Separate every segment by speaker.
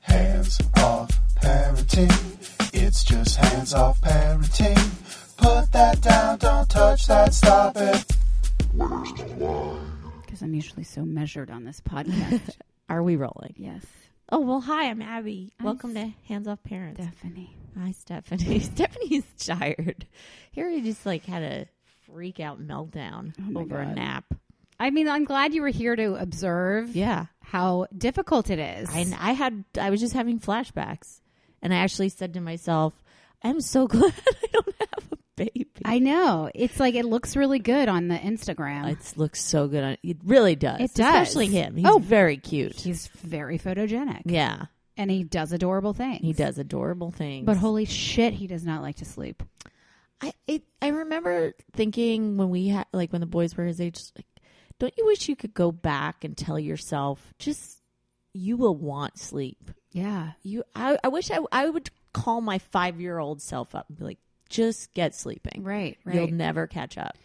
Speaker 1: Hands off parenting. It's just hands off parenting. Put that down, don't touch that, stop it.
Speaker 2: Because I'm usually so measured on this podcast.
Speaker 3: Are we rolling?
Speaker 2: yes,
Speaker 3: Oh, well, hi, I'm Abby.
Speaker 2: Hi,
Speaker 3: Welcome
Speaker 2: S-
Speaker 3: to Hands Off Parents.
Speaker 2: Stephanie.
Speaker 3: hi, Stephanie. Stephanie's tired. Harry just like had a freak out meltdown
Speaker 2: Oh my
Speaker 3: over a
Speaker 2: God.
Speaker 3: nap.
Speaker 4: I mean, I'm glad you were here to observe
Speaker 3: Yeah.
Speaker 4: how difficult it is.
Speaker 3: I, I had, I was just having flashbacks. And I actually said to myself, I'm so glad I don't have a baby.
Speaker 4: I know. It's like it looks really good on the Instagram.
Speaker 3: it looks so good. On, it really does.
Speaker 4: It does.
Speaker 3: Especially him. He's
Speaker 4: Oh.
Speaker 3: very cute.
Speaker 4: He's very photogenic.
Speaker 3: yeah.
Speaker 4: And he does adorable things.
Speaker 3: He does adorable things.
Speaker 4: But holy shit, he does not like to sleep.
Speaker 3: I it, I remember thinking when we had like when the boys were his age, just like, don't you wish you could go back and tell yourself just you will want sleep.
Speaker 4: Yeah.
Speaker 3: You, I, I wish I I would call my five year old self up and be like, just get sleeping.
Speaker 4: Right,
Speaker 3: You'll
Speaker 4: right.
Speaker 3: never catch up.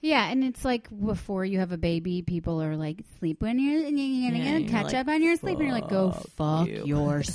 Speaker 4: Yeah, and it's like before you have a baby, people are like, sleep when you're, and you're gonna
Speaker 3: Yeah, and you're
Speaker 4: catch
Speaker 3: like,
Speaker 4: up on your sleep, and you're like, go
Speaker 3: "Fuck
Speaker 4: fuck
Speaker 3: you."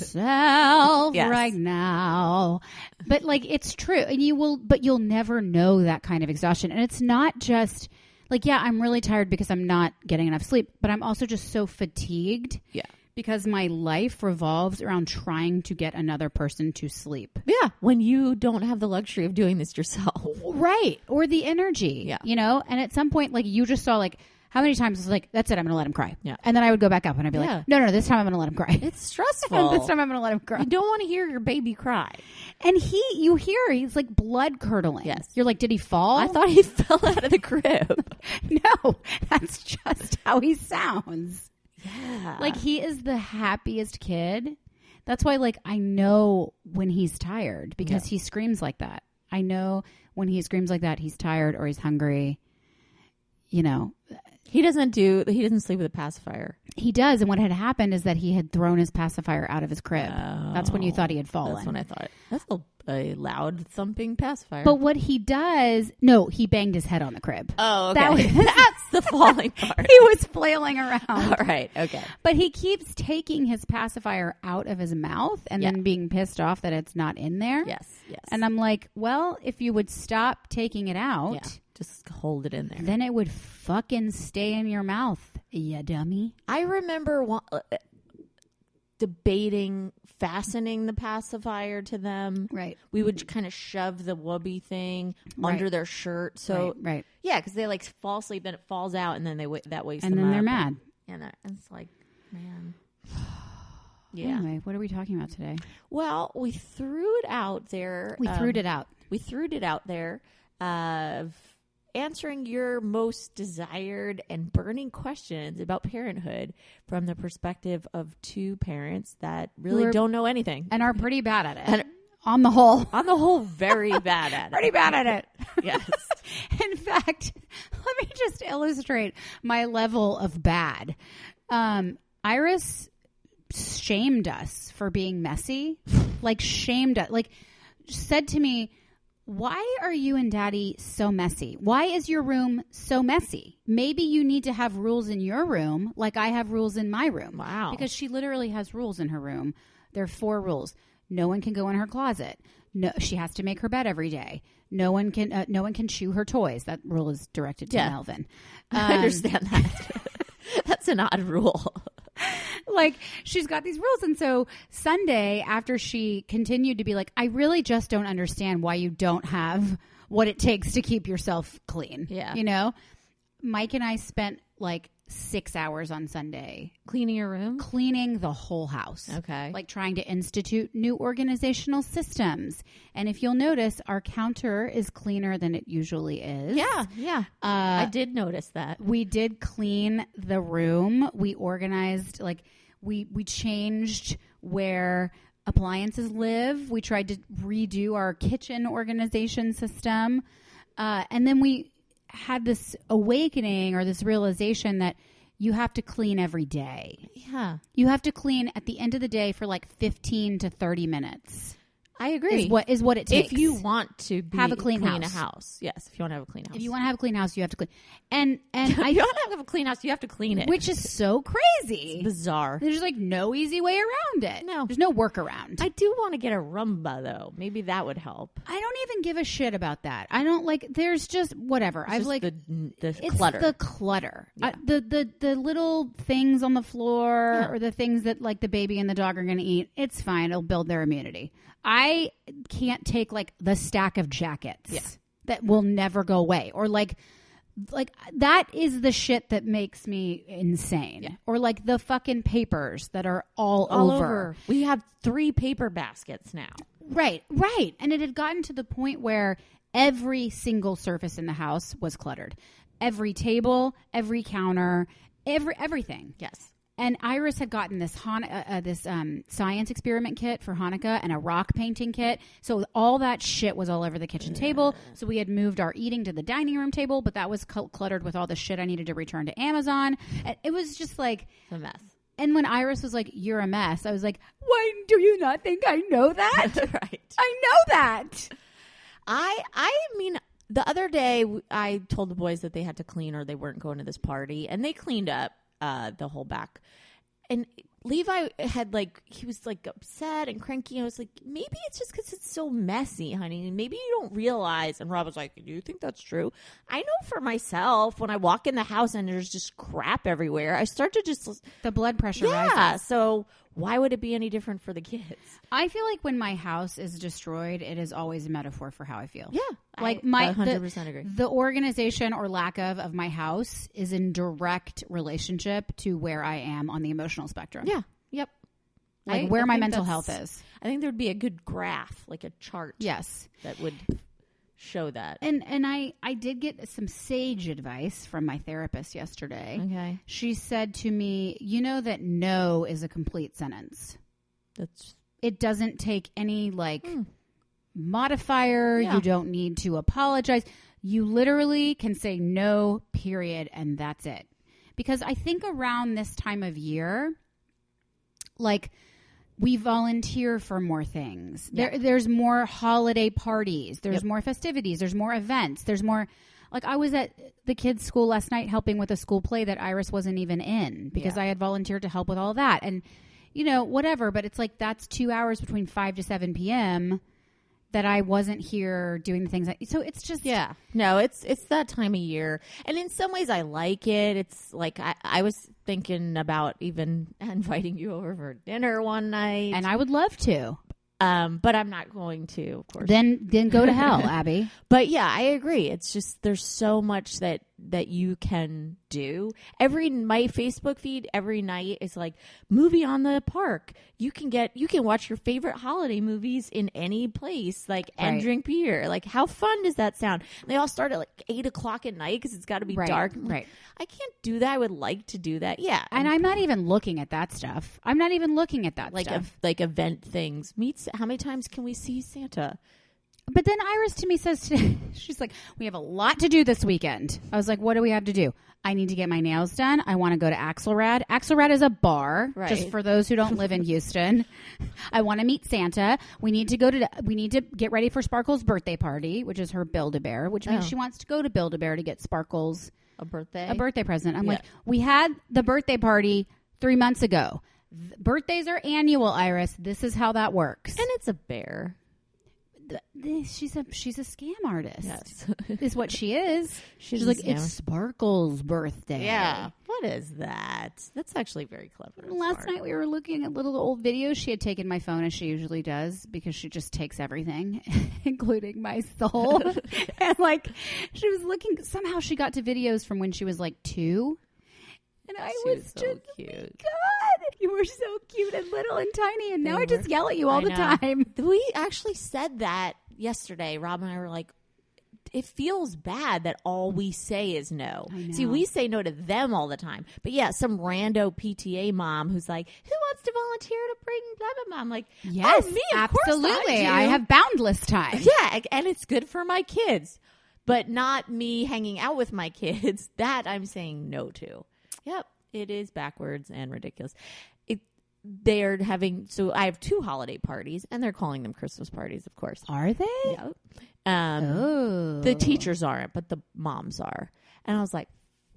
Speaker 4: yourself
Speaker 3: Yes.
Speaker 4: right now. But like, it's true, and you will, but you'll never know that kind of exhaustion. And it's not just like, yeah, I'm really tired because I'm not getting enough sleep, but I'm also just so fatigued
Speaker 3: Yeah.
Speaker 4: because my life revolves around trying to get another person to sleep.
Speaker 3: Yeah. When you don't have the luxury of doing this yourself.
Speaker 4: Right. Or the energy.
Speaker 3: Yeah.
Speaker 4: You know? And at some point, like you just saw like how many times was like, that's it, I'm gonna let him cry.
Speaker 3: Yeah.
Speaker 4: And then I would go back up and I'd be
Speaker 3: Yeah.
Speaker 4: like, No, no, this time I'm gonna let him cry.
Speaker 3: It's
Speaker 4: this
Speaker 3: stressful.
Speaker 4: time I'm gonna let him cry.
Speaker 3: you don't want to hear your baby cry.
Speaker 4: And he you hear he's like blood curdling.
Speaker 3: Yes.
Speaker 4: You're like, Did he fall?
Speaker 3: I thought he fell out of the crib.
Speaker 4: No. That's just how he sounds.
Speaker 3: Yeah.
Speaker 4: Like he is the happiest kid. That's why like I know when he's tired because he screams like that. I know when he screams like that he's tired or he's hungry. You know,
Speaker 3: he doesn't do. He doesn't sleep with a pacifier.
Speaker 4: He does, and what had happened is that he had thrown his pacifier out of his crib. That's when you thought he had fallen.
Speaker 3: Oh, That's when I thought that's a, a loud thumping pacifier.
Speaker 4: but what he does, no, he banged his head on the crib.
Speaker 3: oh,
Speaker 4: that
Speaker 3: okay.
Speaker 4: was-
Speaker 3: that's the falling part.
Speaker 4: he was flailing around.
Speaker 3: All right, okay.
Speaker 4: But he keeps taking his pacifier out of his mouth and
Speaker 3: Yeah.
Speaker 4: then being pissed off that it's not in there.
Speaker 3: Yes, yes.
Speaker 4: And I'm like, well, if you would stop taking it out,
Speaker 3: yeah, just hold it in there.
Speaker 4: then it would fucking stay in your mouth, you dummy.
Speaker 3: I remember wa- uh, debating fastening the pacifier to them.
Speaker 4: Right.
Speaker 3: We would kind of shove the whoopee thing
Speaker 4: Right.
Speaker 3: under their shirt, so
Speaker 4: right, right.
Speaker 3: yeah, because they like fall asleep, then it falls out, and then Oh they wa- that wakes
Speaker 4: And
Speaker 3: them
Speaker 4: then they're
Speaker 3: up.
Speaker 4: mad.
Speaker 3: and I, it's like, man, yeah.
Speaker 4: Anyway, what are we talking about today?
Speaker 3: Well, we threw it out there.
Speaker 4: We
Speaker 3: um,
Speaker 4: threw it out.
Speaker 3: we threw it out there of answering your most desired and burning questions about parenthood from the perspective of two parents that really
Speaker 4: Who are-
Speaker 3: don't know anything.
Speaker 4: and are pretty bad at it.
Speaker 3: And-
Speaker 4: on the whole,
Speaker 3: on the whole, very bad at it.
Speaker 4: pretty bad at it.
Speaker 3: Yes.
Speaker 4: In fact, let me just illustrate my level of bad. Um, Iris shamed us for being messy, like shamed us, like said to me, "Why are you and Daddy so messy? Why is your room so messy? Maybe you need to have rules in your room, like I have rules in my room."
Speaker 3: Wow.
Speaker 4: because she literally has rules in her room. There are four rules. No one can go in her closet. No, she has to make her bed every day. No one can. Uh, no one can chew her toys. That rule is directed to
Speaker 3: Yeah.
Speaker 4: Melvin. Um,
Speaker 3: I understand that. That's an odd rule.
Speaker 4: like she's got these rules and so sunday after she continued to be like i really just don't understand why you don't have what it takes to keep yourself clean
Speaker 3: Yeah.
Speaker 4: you know mike and i spent like six hours on sunday
Speaker 3: Cleaning your room?
Speaker 4: cleaning the whole house
Speaker 3: Okay.
Speaker 4: like trying to institute new organizational systems and if you'll notice our counter is cleaner than it usually is
Speaker 3: Yeah, yeah.
Speaker 4: uh,
Speaker 3: I did notice that.
Speaker 4: we did clean the room. We organized like we we changed where appliances live. We tried to redo our kitchen organization system. Uh, and then we had this awakening or this realization that you have to clean every day.
Speaker 3: Yeah.
Speaker 4: You have to clean at the end of the day for like 15 to 30 minutes.
Speaker 3: I agree.
Speaker 4: Is what is what it takes.
Speaker 3: if you want to be,
Speaker 4: Have a clean
Speaker 3: a
Speaker 4: house.
Speaker 3: house, yes. If you want to have a clean house,
Speaker 4: if you want to have a clean house, you have to clean. And and
Speaker 3: if you
Speaker 4: I
Speaker 3: want to have a clean house, you have to clean it,
Speaker 4: which is so crazy.
Speaker 3: bizarre.
Speaker 4: There's like no easy way around it.
Speaker 3: No.
Speaker 4: There's no workaround.
Speaker 3: I do want to get a Rumba though. Maybe that would help.
Speaker 4: I don't even give a shit about that. I don't like. There's just whatever. I've
Speaker 3: Just
Speaker 4: like
Speaker 3: the, the
Speaker 4: it's
Speaker 3: clutter.
Speaker 4: the clutter,
Speaker 3: Yeah.
Speaker 4: Uh, the the the little things on the floor
Speaker 3: Yeah.
Speaker 4: or the things that like the baby and the dog are going to eat. It's fine. It'll build their immunity. I can't take like the stack of jackets
Speaker 3: Yeah.
Speaker 4: that will never go away, or like like that is the shit that makes me insane,
Speaker 3: Yeah.
Speaker 4: or like the fucking papers that are all,
Speaker 3: all over. We have three paper baskets now.
Speaker 4: Right, right. And it had gotten to the point where every single surface in the house was cluttered. Every table, every counter, every everything.
Speaker 3: Yes.
Speaker 4: And Iris had gotten this Han- uh, uh, this um, science experiment kit for Hanukkah and a rock painting kit. So all that shit was all over the kitchen table. So we had moved our eating to the dining room table, but that was cl- cluttered with all the shit I needed to return to Amazon. And It was just like
Speaker 3: A mess.
Speaker 4: and when Iris was like, "You're a mess," I was like, "Why do you not think I know that?"
Speaker 3: right.
Speaker 4: I know that.
Speaker 3: I I mean the other day w- I told the boys that they had to clean or they weren't going to this party and they cleaned up uh the whole back. And Levi had like he was like upset and cranky. I was like, maybe it's just because it's so messy, honey. Maybe you don't realize. And Rob was like, do you think that's true? I know for myself when I walk in the house and there's just crap everywhere, I start to just
Speaker 4: The blood pressure rises.
Speaker 3: yeah. So why would it be any different for the kids?
Speaker 4: I feel like when my house is destroyed, it is always a metaphor for how I feel. Like
Speaker 3: I
Speaker 4: my
Speaker 3: 100%
Speaker 4: the,
Speaker 3: agree.
Speaker 4: The organization or lack of of my house is in direct relationship to where I am on the emotional spectrum.
Speaker 3: Yeah. Yep.
Speaker 4: Like
Speaker 3: I-
Speaker 4: where
Speaker 3: I
Speaker 4: my
Speaker 3: think
Speaker 4: mental
Speaker 3: that's-
Speaker 4: health is.
Speaker 3: I think there'd be a good graph, like a chart
Speaker 4: Yes.
Speaker 3: that would show that.
Speaker 4: And and I I did get some sage advice from my therapist yesterday.
Speaker 3: Okay.
Speaker 4: She said to me, "You know that no is a complete sentence."
Speaker 3: That's
Speaker 4: it doesn't take any like
Speaker 3: Hmm.
Speaker 4: modifier.
Speaker 3: Yeah.
Speaker 4: You don't need to apologize. You literally can say no, period, and that's it. Because I think around this time of year, like we volunteer for more things. There, there's more holiday parties. There's more festivities. There's more events. There's more. Like I was at the kids' school last night helping with a school play that Iris wasn't even in because
Speaker 3: Yeah.
Speaker 4: I had volunteered to help with all that and you know whatever. But it's like that's two hours between five to seven p.m. that I wasn't here doing the things. I, so it's just
Speaker 3: yeah. No, it's it's that time of year, and in some ways I like it. It's like I, I was thinking about even inviting you over for dinner one night,
Speaker 4: And I would love to.
Speaker 3: um, but I'm not going to, of course.
Speaker 4: Then then go to hell, Abby.
Speaker 3: but yeah, I agree. It's just there's so much that that you can do. Every my Facebook feed every night is like movie on the park. You can get you can watch your favorite holiday movies in any place, like and
Speaker 4: Right.
Speaker 3: drink beer. Like how fun does that sound? And they all start at like eight o'clock at night because it's got to be
Speaker 4: Right,
Speaker 3: dark. I'm like,
Speaker 4: right.
Speaker 3: I can't do that. I would like to do that. Yeah,
Speaker 4: And I'm not even looking at that stuff. I'm not even looking at that
Speaker 3: like
Speaker 4: stuff.
Speaker 3: ev- like event things. Meets. How many times can we see Santa?
Speaker 4: But then Iris to me says, today, she's like, we have a lot to do this weekend. I was like, what do we have to do? I need to get my nails done. I want to go to Axelrad. Axelrad is a bar, just
Speaker 3: Right.
Speaker 4: for those who don't live in Houston. I want to meet Santa. We need to go to, we need to get ready for Sparkle's birthday party, which is her Build-A-Bear, which means
Speaker 3: Oh.
Speaker 4: she wants to go to Build-A-Bear to get Sparkle's
Speaker 3: A birthday.
Speaker 4: a birthday present. I'm
Speaker 3: Yeah.
Speaker 4: like, we had the birthday party three months ago. Th- Birthdays are annual, Iris. This is how that works.
Speaker 3: and it's a bear.
Speaker 4: Th- th- she's a she's a scam artist
Speaker 3: Yes.
Speaker 4: is what she is.
Speaker 3: She's
Speaker 4: She's,
Speaker 3: a
Speaker 4: like,
Speaker 3: scammer.
Speaker 4: it's Sparkle's birthday.
Speaker 3: Yeah. What is that? That's actually very clever.
Speaker 4: And last night we were looking at little old videos. She had taken my phone as she usually does because she just takes everything, including my soul. and like she was looking somehow she got to videos from when she was like two. And I
Speaker 3: She
Speaker 4: was,
Speaker 3: was so
Speaker 4: just "Oh
Speaker 3: cute.
Speaker 4: God, you were so cute and little and tiny, and now
Speaker 3: They
Speaker 4: I just
Speaker 3: were.
Speaker 4: yell at you all
Speaker 3: I
Speaker 4: the
Speaker 3: know.
Speaker 4: time.
Speaker 3: We actually said that yesterday. Rob and I were like, it feels bad that all we say is no.
Speaker 4: I
Speaker 3: See,
Speaker 4: know.
Speaker 3: we say no to them all the time. But yeah, some rando PTA mom who's like, who wants to volunteer to bring blah blah blah? I'm like, "Oh,
Speaker 4: Yes,
Speaker 3: me, of course
Speaker 4: absolutely.
Speaker 3: I,
Speaker 4: I
Speaker 3: do."
Speaker 4: have boundless time.
Speaker 3: Yeah, and it's good for my kids, but not me hanging out with my kids. That I'm saying no to. Yep, it is backwards and ridiculous. It they're having so I have two holiday parties and they're calling them Christmas parties, of course.
Speaker 4: Are they?
Speaker 3: Yeah. Um
Speaker 4: Oh.
Speaker 3: the teachers aren't, but the moms are. And I was like,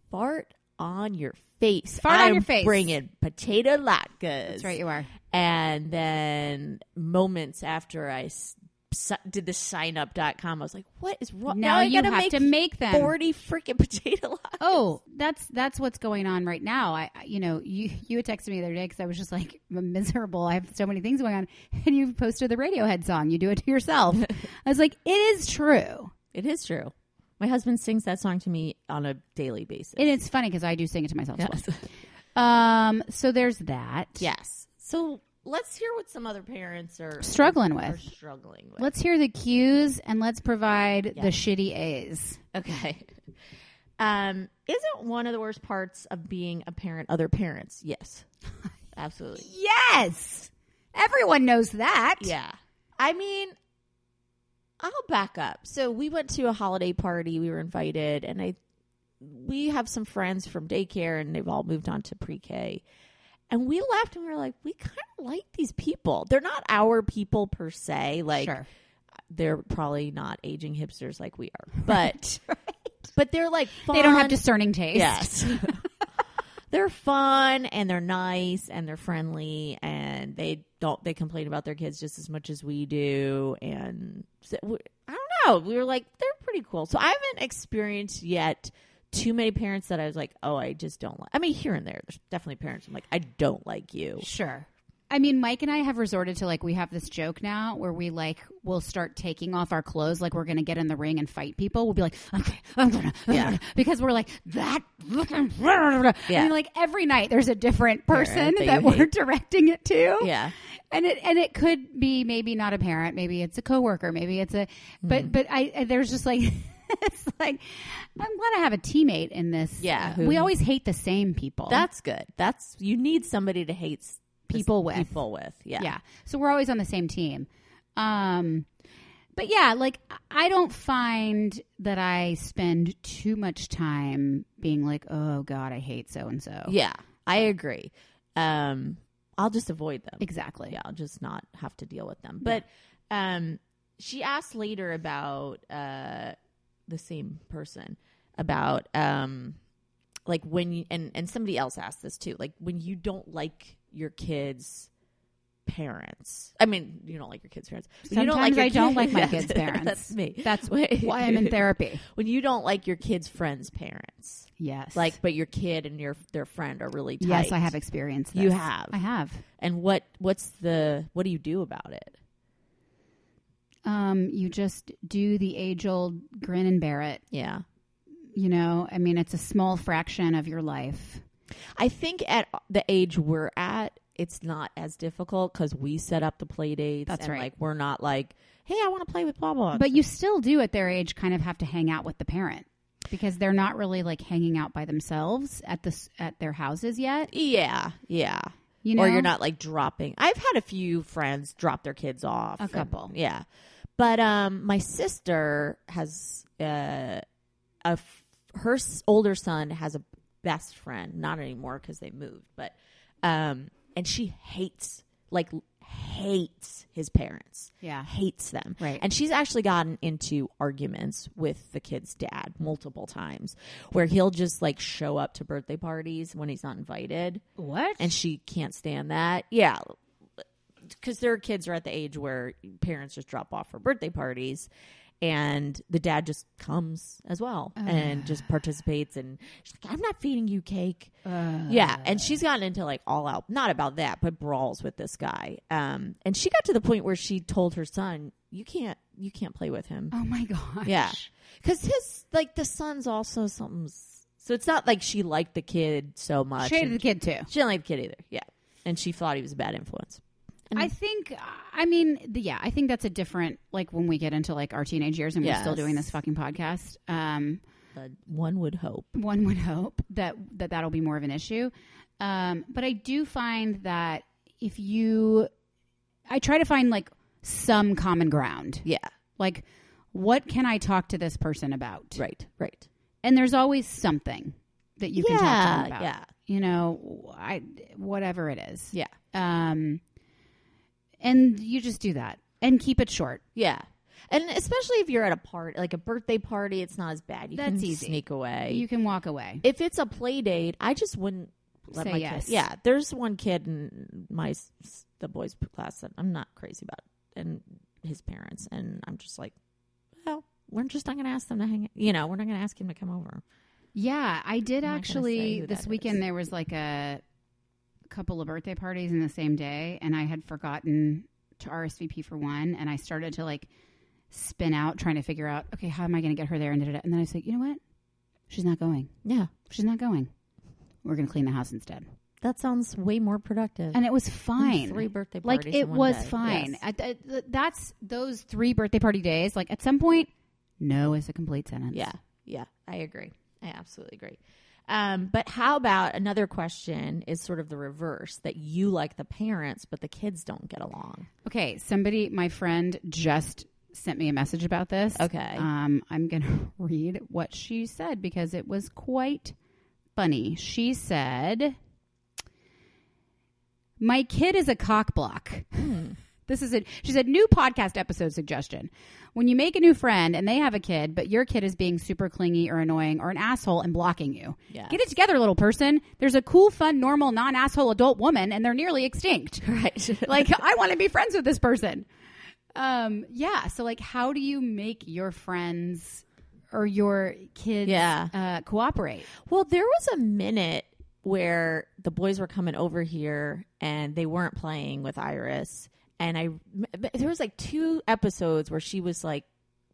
Speaker 3: fart on your face.
Speaker 4: Fart on
Speaker 3: I'm
Speaker 4: your face.
Speaker 3: Bringing potato latkes. That's
Speaker 4: That's right, you are.
Speaker 3: And then moments after I s- s- did the signup.com, I was like, what is wrong?
Speaker 4: Now
Speaker 3: I
Speaker 4: you
Speaker 3: gotta
Speaker 4: have to make them.
Speaker 3: 40 freaking potato latkes.
Speaker 4: Oh, that's that's what's going on right now. I, I- you know, you you had texted me the other day because I was just like miserable. I have so many things going on, and you posted the Radiohead song. You do it to yourself. I was like, it is true,
Speaker 3: It is true. My husband sings that song to me on a daily basis.
Speaker 4: and it's funny because I do sing it to myself. as
Speaker 3: Yes.
Speaker 4: well. Um, so there's that.
Speaker 3: Yes. So let's hear what some other parents are
Speaker 4: Struggling
Speaker 3: are
Speaker 4: with.
Speaker 3: struggling with.
Speaker 4: Let's hear the cues and let's provide
Speaker 3: Yeah.
Speaker 4: the shitty A's.
Speaker 3: Okay. Um, isn't one of the worst parts of being a parent other parents? Yes. Absolutely.
Speaker 4: Yes, everyone knows that.
Speaker 3: Yeah. I mean, I'll back up. So we went to a holiday party. We were invited, and I we have some friends from daycare, and they've all moved on to pre-K. And we left, and we were like, we kind of like these people. They're not our people per se. Like
Speaker 4: Sure.
Speaker 3: they're probably not aging hipsters like we are, but but they're like fun.
Speaker 4: They don't have discerning taste.
Speaker 3: Yes. they're fun and they're nice and they're friendly and they don't they complain about their kids just as much as we do and so, we- I don't know. We were like they're pretty cool. So I haven't experienced yet too many parents that I was like, "Oh, I just don't like." I mean, here and there there's definitely parents I'm like, "I don't like you."
Speaker 4: Sure. I mean, Mike and I have resorted to like we have this joke now where we like will start taking off our clothes, like we're gonna get in the ring and fight people. We'll be like, okay, I'm gonna, I'm
Speaker 3: Yeah.
Speaker 4: gonna," because we're like that. Yeah. And like every night, there's a different person
Speaker 3: Parent that
Speaker 4: that,
Speaker 3: you
Speaker 4: we're
Speaker 3: hate.
Speaker 4: directing it to.
Speaker 3: Yeah.
Speaker 4: and it and it could be maybe not a parent, maybe it's a coworker, maybe it's a
Speaker 3: Mm.
Speaker 4: but but I I- there's just like. It's like I'm glad I have a teammate in this.
Speaker 3: Yeah, who-
Speaker 4: we always hate the same people.
Speaker 3: That's good. That's you need somebody to hate s-
Speaker 4: People with.
Speaker 3: people with. Yeah.
Speaker 4: yeah. So we're always on the same team. Um, but yeah, like I don't find that I spend too much time being like, oh God, I hate so and so.
Speaker 3: Yeah. I agree. Um I'll just avoid them.
Speaker 4: Exactly.
Speaker 3: yeah, I'll just not have to deal with them. But um, she asked later about uh, the same person about um, like when you and and somebody else asked this too, like when you don't like your kids. Parents. I mean, you don't like your kids' parents. When you
Speaker 4: Sometimes
Speaker 3: your
Speaker 4: I don't
Speaker 3: kid-
Speaker 4: like my
Speaker 3: Yeah,
Speaker 4: kids' parents.
Speaker 3: That's me.
Speaker 4: That's
Speaker 3: When-
Speaker 4: why I'm in therapy.
Speaker 3: When you don't like your kids' friends' parents,
Speaker 4: Yes.
Speaker 3: like, but your kid and your their friend are really tight.
Speaker 4: yes, I have experienced this.
Speaker 3: You have.
Speaker 4: I have.
Speaker 3: And what what's the what do you do about it?
Speaker 4: Um, you just do the age old grin and bear it.
Speaker 3: Yeah.
Speaker 4: You know, I mean, it's a small fraction of your life.
Speaker 3: I think at the age we're at, it's not as difficult because we set up the play dates.
Speaker 4: That's
Speaker 3: and
Speaker 4: right.
Speaker 3: Like we're not like, hey, I want to play with blah blah.
Speaker 4: But you still do at their age kind of have to hang out with the parent because they're not really like hanging out by themselves at this at their houses yet.
Speaker 3: yeah, yeah.
Speaker 4: You know,
Speaker 3: Or you're not like dropping. I've had a few friends drop their kids off.
Speaker 4: A
Speaker 3: and-
Speaker 4: couple.
Speaker 3: yeah. But um, my sister has uh, a f- her s- older son has a best friend. Not anymore because they moved. But um, and she hates like hates his parents.
Speaker 4: Yeah.
Speaker 3: hates them.
Speaker 4: Right.
Speaker 3: And she's actually gotten into arguments with the kid's dad multiple times where he'll just like show up to birthday parties when he's not invited
Speaker 4: What?
Speaker 3: and she can't stand that. Yeah. Because their kids are at the age where parents just drop off for birthday parties and the dad just comes as well and just participates and she's like i'm not feeding you cake
Speaker 4: Uh,
Speaker 3: yeah and she's gotten into like all out not about that but brawls with this guy um and she got to the point where she told her son you can't you can't play with him
Speaker 4: Oh my gosh.
Speaker 3: yeah. Because his, like, the son's also something's. So it's not like she liked the kid so much.
Speaker 4: She hated
Speaker 3: and-
Speaker 4: the kid too.
Speaker 3: She didn't like the kid either. Yeah. And she thought he was a bad influence.
Speaker 4: I think I mean the- yeah, I think that's a different like when we get into like our teenage years and we're still
Speaker 3: Yes.
Speaker 4: doing this fucking podcast. Um
Speaker 3: But one would hope.
Speaker 4: one would hope that that that'll be more of an issue. Um, but I do find that if you, I try to find like some common ground.
Speaker 3: Yeah.
Speaker 4: Like, what can I talk to this person about?
Speaker 3: Right. Right.
Speaker 4: And there's always something that you can talk to
Speaker 3: Yeah,
Speaker 4: them about.
Speaker 3: yeah.
Speaker 4: You know, I whatever it is.
Speaker 3: Yeah.
Speaker 4: Um, and you just do that and keep it short.
Speaker 3: Yeah. And especially if you're at a party, like a birthday party, it's not as bad. You
Speaker 4: That's
Speaker 3: can
Speaker 4: easy.
Speaker 3: sneak away.
Speaker 4: You can walk away.
Speaker 3: if it's a play date, I just wouldn't let
Speaker 4: Say
Speaker 3: my
Speaker 4: yes.
Speaker 3: kid. Yeah, there's one kid in my s- s- the boys' p- class that I'm not crazy about, and his parents, and I'm just like, well, we're just not going to ask them to hang. You know, we're not going to ask him to come over.
Speaker 4: Yeah, I did
Speaker 3: I'm not gonna say
Speaker 4: actually
Speaker 3: who
Speaker 4: this
Speaker 3: that
Speaker 4: weekend.
Speaker 3: is.
Speaker 4: There was like a couple of birthday parties in the same day, and I had forgotten to RSVP for one, and I started to like spin out trying to figure out, okay, how am I going to get her there? And, da-da-da. and then I was like, you know what? She's not going.
Speaker 3: Yeah,
Speaker 4: She's not going. We're going to clean the house instead.
Speaker 3: that sounds way more productive.
Speaker 4: And it was fine.
Speaker 3: Three birthday
Speaker 4: like
Speaker 3: parties
Speaker 4: it
Speaker 3: in one
Speaker 4: was
Speaker 3: day.
Speaker 4: fine.
Speaker 3: Yes.
Speaker 4: At- at- th- that's those three birthday party days. Like at some point, no is a complete sentence.
Speaker 3: Yeah, yeah, I agree. I absolutely agree. Um, but how about another question is sort of the reverse that you like the parents, but the kids don't get along.
Speaker 4: Okay, somebody, my friend, just sent me a message about this.
Speaker 3: Okay.
Speaker 4: Um, I'm going to read what she said because it was quite funny. She said, My kid is a cock block.
Speaker 3: Hmm.
Speaker 4: This is it. She said, new podcast episode suggestion. When you make a new friend and they have a kid, but your kid is being super clingy or annoying or an asshole and blocking you.
Speaker 3: Yes.
Speaker 4: Get it together, little person. There's a cool, fun, normal, non asshole adult woman, and they're nearly extinct
Speaker 3: Right.
Speaker 4: like i want to be friends with this person um yeah so like how do you make your friends or your kids
Speaker 3: Yeah.
Speaker 4: uh cooperate
Speaker 3: Well, there was a minute where the boys were coming over here and they weren't playing with Iris. And I, there was like two episodes where she was like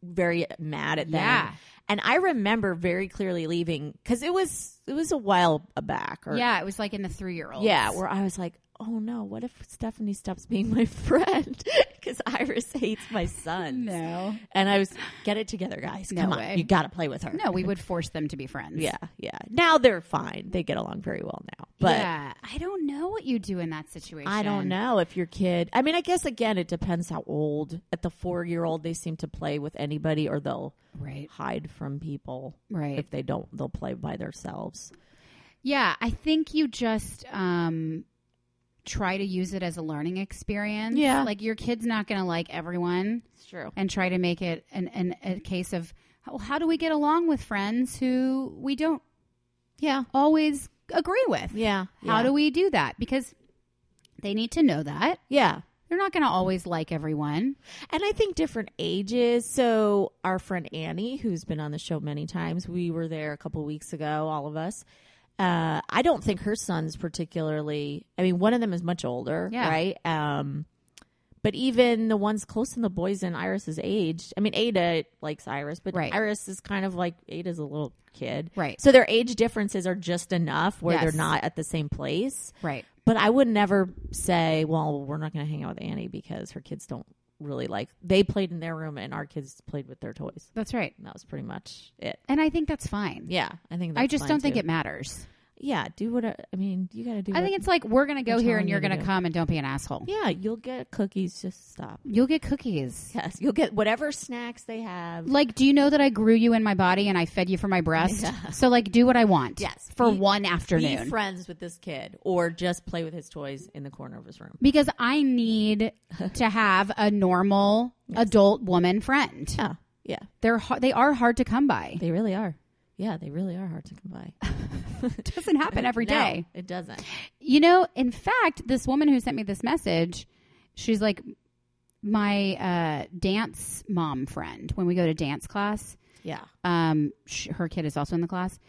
Speaker 3: very mad at them.
Speaker 4: Yeah.
Speaker 3: And I remember very clearly leaving because it was, it was a while back. Or,
Speaker 4: yeah it was like in the three-year-old
Speaker 3: Yeah. Where I was like, oh no, what if Stephanie stops being my friend? Because Iris hates my son.
Speaker 4: no
Speaker 3: And I was, get it together, guys.
Speaker 4: No
Speaker 3: Come
Speaker 4: way.
Speaker 3: on. You got to play with her.
Speaker 4: no we would force them to be friends
Speaker 3: Yeah, yeah. Now they're fine. They get along very well now. But
Speaker 4: yeah i don't know what you do in that situation
Speaker 3: I don't know if your kid. I mean, I guess again, it depends how old. At the four year old, they seem to play with anybody, or they'll
Speaker 4: right
Speaker 3: hide from people.
Speaker 4: Right.
Speaker 3: If they don't, they'll play by themselves.
Speaker 4: yeah i think you just um try to use it as a learning experience
Speaker 3: Yeah.
Speaker 4: like your kid's not gonna like everyone
Speaker 3: It's true.
Speaker 4: and try to make it an, an a case of how, how do we get along with friends who we don't
Speaker 3: Yeah.
Speaker 4: always agree with?
Speaker 3: Yeah.
Speaker 4: How
Speaker 3: yeah.
Speaker 4: do we do that? Because they need to know that
Speaker 3: Yeah.
Speaker 4: they're not going to always like everyone.
Speaker 3: And I think different ages. So our friend Annie, who's been on the show many times, we were there a couple weeks ago, all of us. Uh, I don't think her son's particularly. I mean, one of them is much older,
Speaker 4: Yeah.
Speaker 3: right? Um, but even the ones close in the boys and Iris's age. I mean, Ada likes Iris, but
Speaker 4: Right.
Speaker 3: Iris is kind of like Ada's a little kid,
Speaker 4: Right.
Speaker 3: So their age differences are just enough where
Speaker 4: Yes.
Speaker 3: they're not at the same place.
Speaker 4: Right.
Speaker 3: But I would never say, well, we're not going to hang out with Annie because her kids don't really like. They played in their room and our kids played with their toys.
Speaker 4: That's right.
Speaker 3: And that was pretty much it.
Speaker 4: And I think that's fine.
Speaker 3: Yeah, I think that's
Speaker 4: I just
Speaker 3: fine,
Speaker 4: don't think
Speaker 3: too.
Speaker 4: it matters.
Speaker 3: Yeah, do what I I mean. You got to do.
Speaker 4: I
Speaker 3: what-
Speaker 4: think it's like we're going to go
Speaker 3: I'm
Speaker 4: here
Speaker 3: telling
Speaker 4: and
Speaker 3: you
Speaker 4: you're
Speaker 3: to
Speaker 4: going to
Speaker 3: do.
Speaker 4: come and don't be an asshole.
Speaker 3: yeah, you'll get cookies. Just stop.
Speaker 4: You'll get cookies.
Speaker 3: Yes, you'll get whatever snacks they have.
Speaker 4: Like, do you know that I grew you in my body and I fed you from my breast? So, like, do what I want.
Speaker 3: Yes.
Speaker 4: For
Speaker 3: Be-
Speaker 4: one
Speaker 3: Be
Speaker 4: afternoon.
Speaker 3: friends with this kid, or just play with his toys in the corner of his room.
Speaker 4: because I need to have a normal adult woman friend.
Speaker 3: Yeah, yeah,
Speaker 4: They're har- they are hard to come by.
Speaker 3: they really are. Yeah, they really are hard to come by.
Speaker 4: It doesn't happen every
Speaker 3: No,
Speaker 4: day.
Speaker 3: it doesn't.
Speaker 4: You know, in fact, this woman who sent me this message, she's like my uh, dance mom friend. When we go to dance class,
Speaker 3: Yeah,
Speaker 4: um, sh- her kid is also in the class.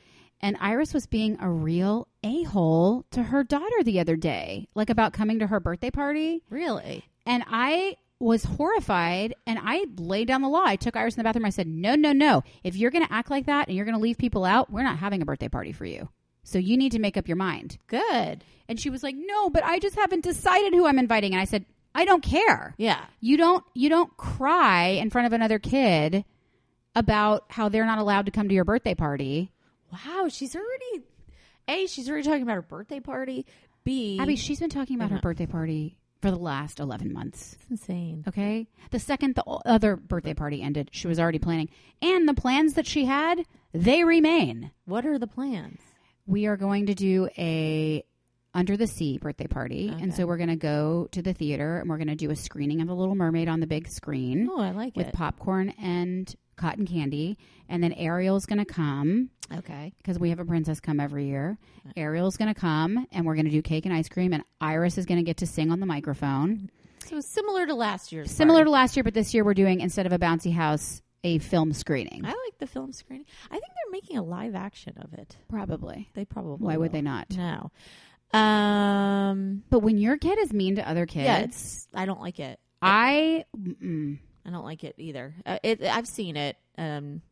Speaker 4: And Iris was being a real a hole to her daughter the other day, like about coming to her birthday party.
Speaker 3: really.
Speaker 4: And I was horrified and I laid down the law. I took Iris in the bathroom. I said, No, no, no. If you're going to act like that and you're going to leave people out, we're not having a birthday party for you. So you need to make up your mind.
Speaker 3: Good.
Speaker 4: And she was like, No, but I just haven't decided who I'm inviting. And I said, I don't care.
Speaker 3: Yeah.
Speaker 4: You don't you don't cry in front of another kid about how they're not allowed to come to your birthday party.
Speaker 3: Wow, she's already A, she's already talking about her birthday party. B
Speaker 4: Abby, she's been talking about her birthday party for the last 11 months.
Speaker 3: that's insane.
Speaker 4: Okay. The second the o- other birthday party ended, she was already planning. And the plans that she had, they remain.
Speaker 3: What are the plans?
Speaker 4: We are going to do a Under the Sea birthday party. And
Speaker 3: Okay.
Speaker 4: so we're going to go to the theater and we're going to do a screening of The Little Mermaid on the big screen
Speaker 3: Oh, I like
Speaker 4: with
Speaker 3: it.
Speaker 4: popcorn and cotton candy. And then Ariel's going to come
Speaker 3: okay.
Speaker 4: because we have a princess come every year. Ariel's going to come and we're going to do cake and ice cream. And Iris is going to get to sing on the microphone.
Speaker 3: So similar to last year's.
Speaker 4: Similar
Speaker 3: party.
Speaker 4: to last year, but this year we're doing, instead of a bouncy house, a film screening.
Speaker 3: I like the film screening. I think they're making a live action of it.
Speaker 4: Probably.
Speaker 3: They probably.
Speaker 4: Why would they
Speaker 3: will.
Speaker 4: not?
Speaker 3: No. Um.
Speaker 4: But when your kid is mean to other kids,
Speaker 3: Yeah, it's. I don't like it.
Speaker 4: I mm,
Speaker 3: I don't like it either. Uh, it, I've seen it, um,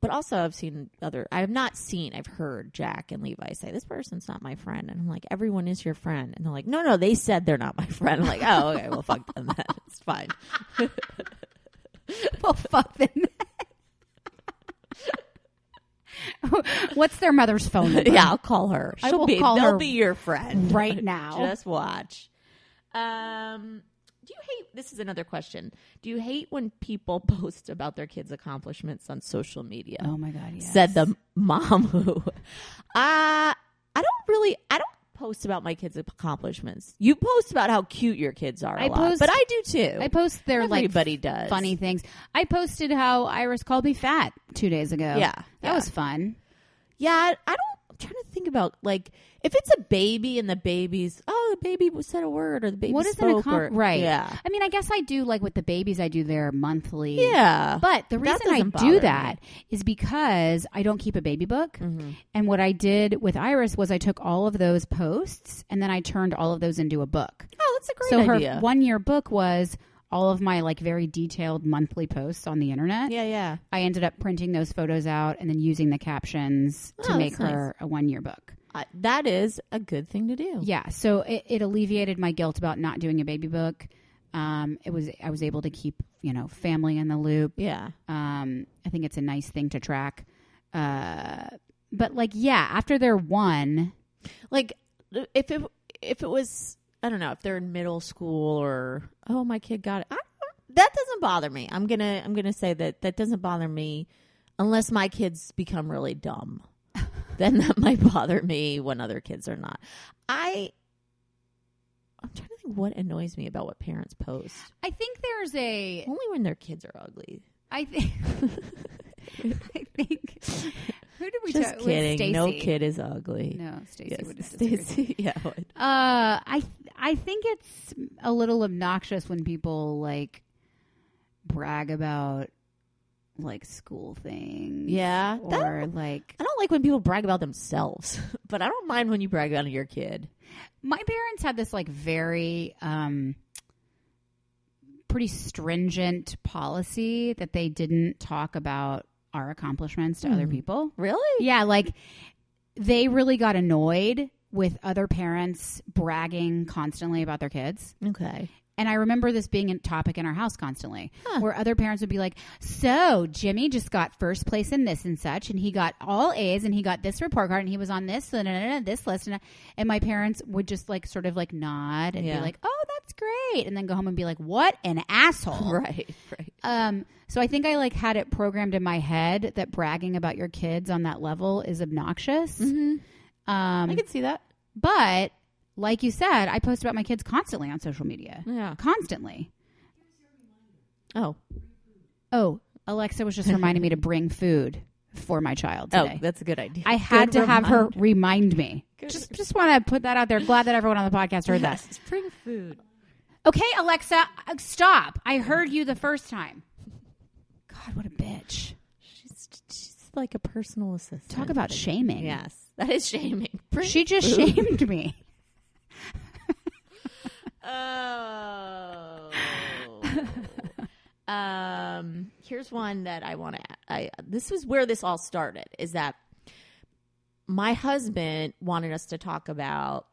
Speaker 3: but also I've seen other. I have not seen. I've heard Jack and Levi say this person's not my friend, and I'm like, everyone is your friend, and they're like, no, no, they said they're not my friend. I'm like, oh, okay, well, fuck them then. It's fine.
Speaker 4: well, fuck them. What's their mother's phone number?
Speaker 3: yeah, I'll call her.
Speaker 4: I
Speaker 3: She'll
Speaker 4: will
Speaker 3: be.
Speaker 4: call
Speaker 3: they'll
Speaker 4: her
Speaker 3: be your friend
Speaker 4: right now.
Speaker 3: Just watch. Um, do you hate? This is another question. Do you hate when people post about their kids' accomplishments on social media?
Speaker 4: Oh my god! Yes.
Speaker 3: said the mom who uh i don't really i don't post about my kids accomplishments you post about how cute your kids are
Speaker 4: I
Speaker 3: a
Speaker 4: post-
Speaker 3: lot but i do too
Speaker 4: I post their
Speaker 3: everybody
Speaker 4: like
Speaker 3: does
Speaker 4: funny things. I posted how Iris called me fat two days ago.
Speaker 3: Yeah,
Speaker 4: that
Speaker 3: yeah.
Speaker 4: was fun.
Speaker 3: yeah i I don't i'm trying to think about like if it's a baby and the baby's oh the baby said a word or the baby
Speaker 4: What is an
Speaker 3: spoke
Speaker 4: accom-
Speaker 3: or,
Speaker 4: right?
Speaker 3: yeah
Speaker 4: I mean, I guess I do like with the babies. I do their monthly.
Speaker 3: yeah
Speaker 4: But the
Speaker 3: That
Speaker 4: reason I
Speaker 3: doesn't
Speaker 4: do
Speaker 3: bother
Speaker 4: that is because I don't keep a baby book.
Speaker 3: Mm-hmm.
Speaker 4: And what I did with Iris was I took all of those posts and then I turned all of those into a book.
Speaker 3: oh that's a great
Speaker 4: so her
Speaker 3: idea
Speaker 4: one year book was all of my like very detailed monthly posts on the internet.
Speaker 3: yeah yeah
Speaker 4: I ended up printing those photos out and then using the captions to
Speaker 3: Oh,
Speaker 4: make
Speaker 3: that's
Speaker 4: her a one year book.
Speaker 3: uh, that is a good thing to do
Speaker 4: Yeah, so it, it alleviated my guilt about not doing a baby book. Um, it was I was able to keep you know family in the loop.
Speaker 3: yeah
Speaker 4: Um, I think it's a nice thing to track. Uh, but like, yeah, after they're one,
Speaker 3: like if it if it was I don't know if they're in middle school or oh my kid got it I, that doesn't bother me. I'm gonna I'm gonna say that that doesn't bother me unless my kids become really dumb. then that might bother me when other kids are not. I I'm trying to think what annoys me about what parents post.
Speaker 4: I think there's a
Speaker 3: Only when their kids are ugly.
Speaker 4: I think I think who did we
Speaker 3: Just
Speaker 4: talk- with
Speaker 3: kidding. No
Speaker 4: Stacey.
Speaker 3: kid is ugly.
Speaker 4: No, Stacy
Speaker 3: Yes,
Speaker 4: would have disagreed.
Speaker 3: Stacey. Yeah.
Speaker 4: Uh, I I think it's a little obnoxious when people like brag about like school things,
Speaker 3: Yeah. That-
Speaker 4: or like
Speaker 3: I don't like when people brag about themselves, but I don't mind when you brag about your kid.
Speaker 4: my parents had this like very um pretty stringent policy that they didn't talk about our accomplishments to other
Speaker 3: Hmm.
Speaker 4: people.
Speaker 3: Really?
Speaker 4: Yeah, like they really got annoyed with other parents bragging constantly about their kids.
Speaker 3: Okay.
Speaker 4: And I remember this being a topic in our house constantly,
Speaker 3: Huh.
Speaker 4: where other parents would be like, "So Jimmy just got first place in this and such, and he got all A's, and he got this report card, and he was on this and this list." And, uh, and my parents would just like sort of like nod and
Speaker 3: Yeah.
Speaker 4: be like, "Oh, that's great," and then go home and be like, "What an asshole!"
Speaker 3: Right. Right.
Speaker 4: Um, so I think I like had it programmed in my head that bragging about your kids on that level is obnoxious. Um,
Speaker 3: Mm-hmm. I can see that.
Speaker 4: but like you said, I post about my kids constantly on social media,
Speaker 3: Yeah.
Speaker 4: constantly.
Speaker 3: Oh.
Speaker 4: Oh, Alexa was just reminding me to bring food for my child
Speaker 3: Oh,
Speaker 4: today.
Speaker 3: that's a good idea.
Speaker 4: I had to
Speaker 3: Good
Speaker 4: have her
Speaker 3: reminder.
Speaker 4: remind me.
Speaker 3: Good.
Speaker 4: Just just want to put that out there. Glad that everyone on the podcast heard that.
Speaker 3: Yes, Bring food.
Speaker 4: Okay, Alexa, uh, stop. I heard you the first time. God, what a bitch.
Speaker 3: She's she's like a personal assistant.
Speaker 4: Talk about shaming.
Speaker 3: Yes, that is shaming. Bring
Speaker 4: She just
Speaker 3: food.
Speaker 4: shamed me.
Speaker 3: Oh. um. Here's one that I want to. I this is where this all started. Is that my husband wanted us to talk about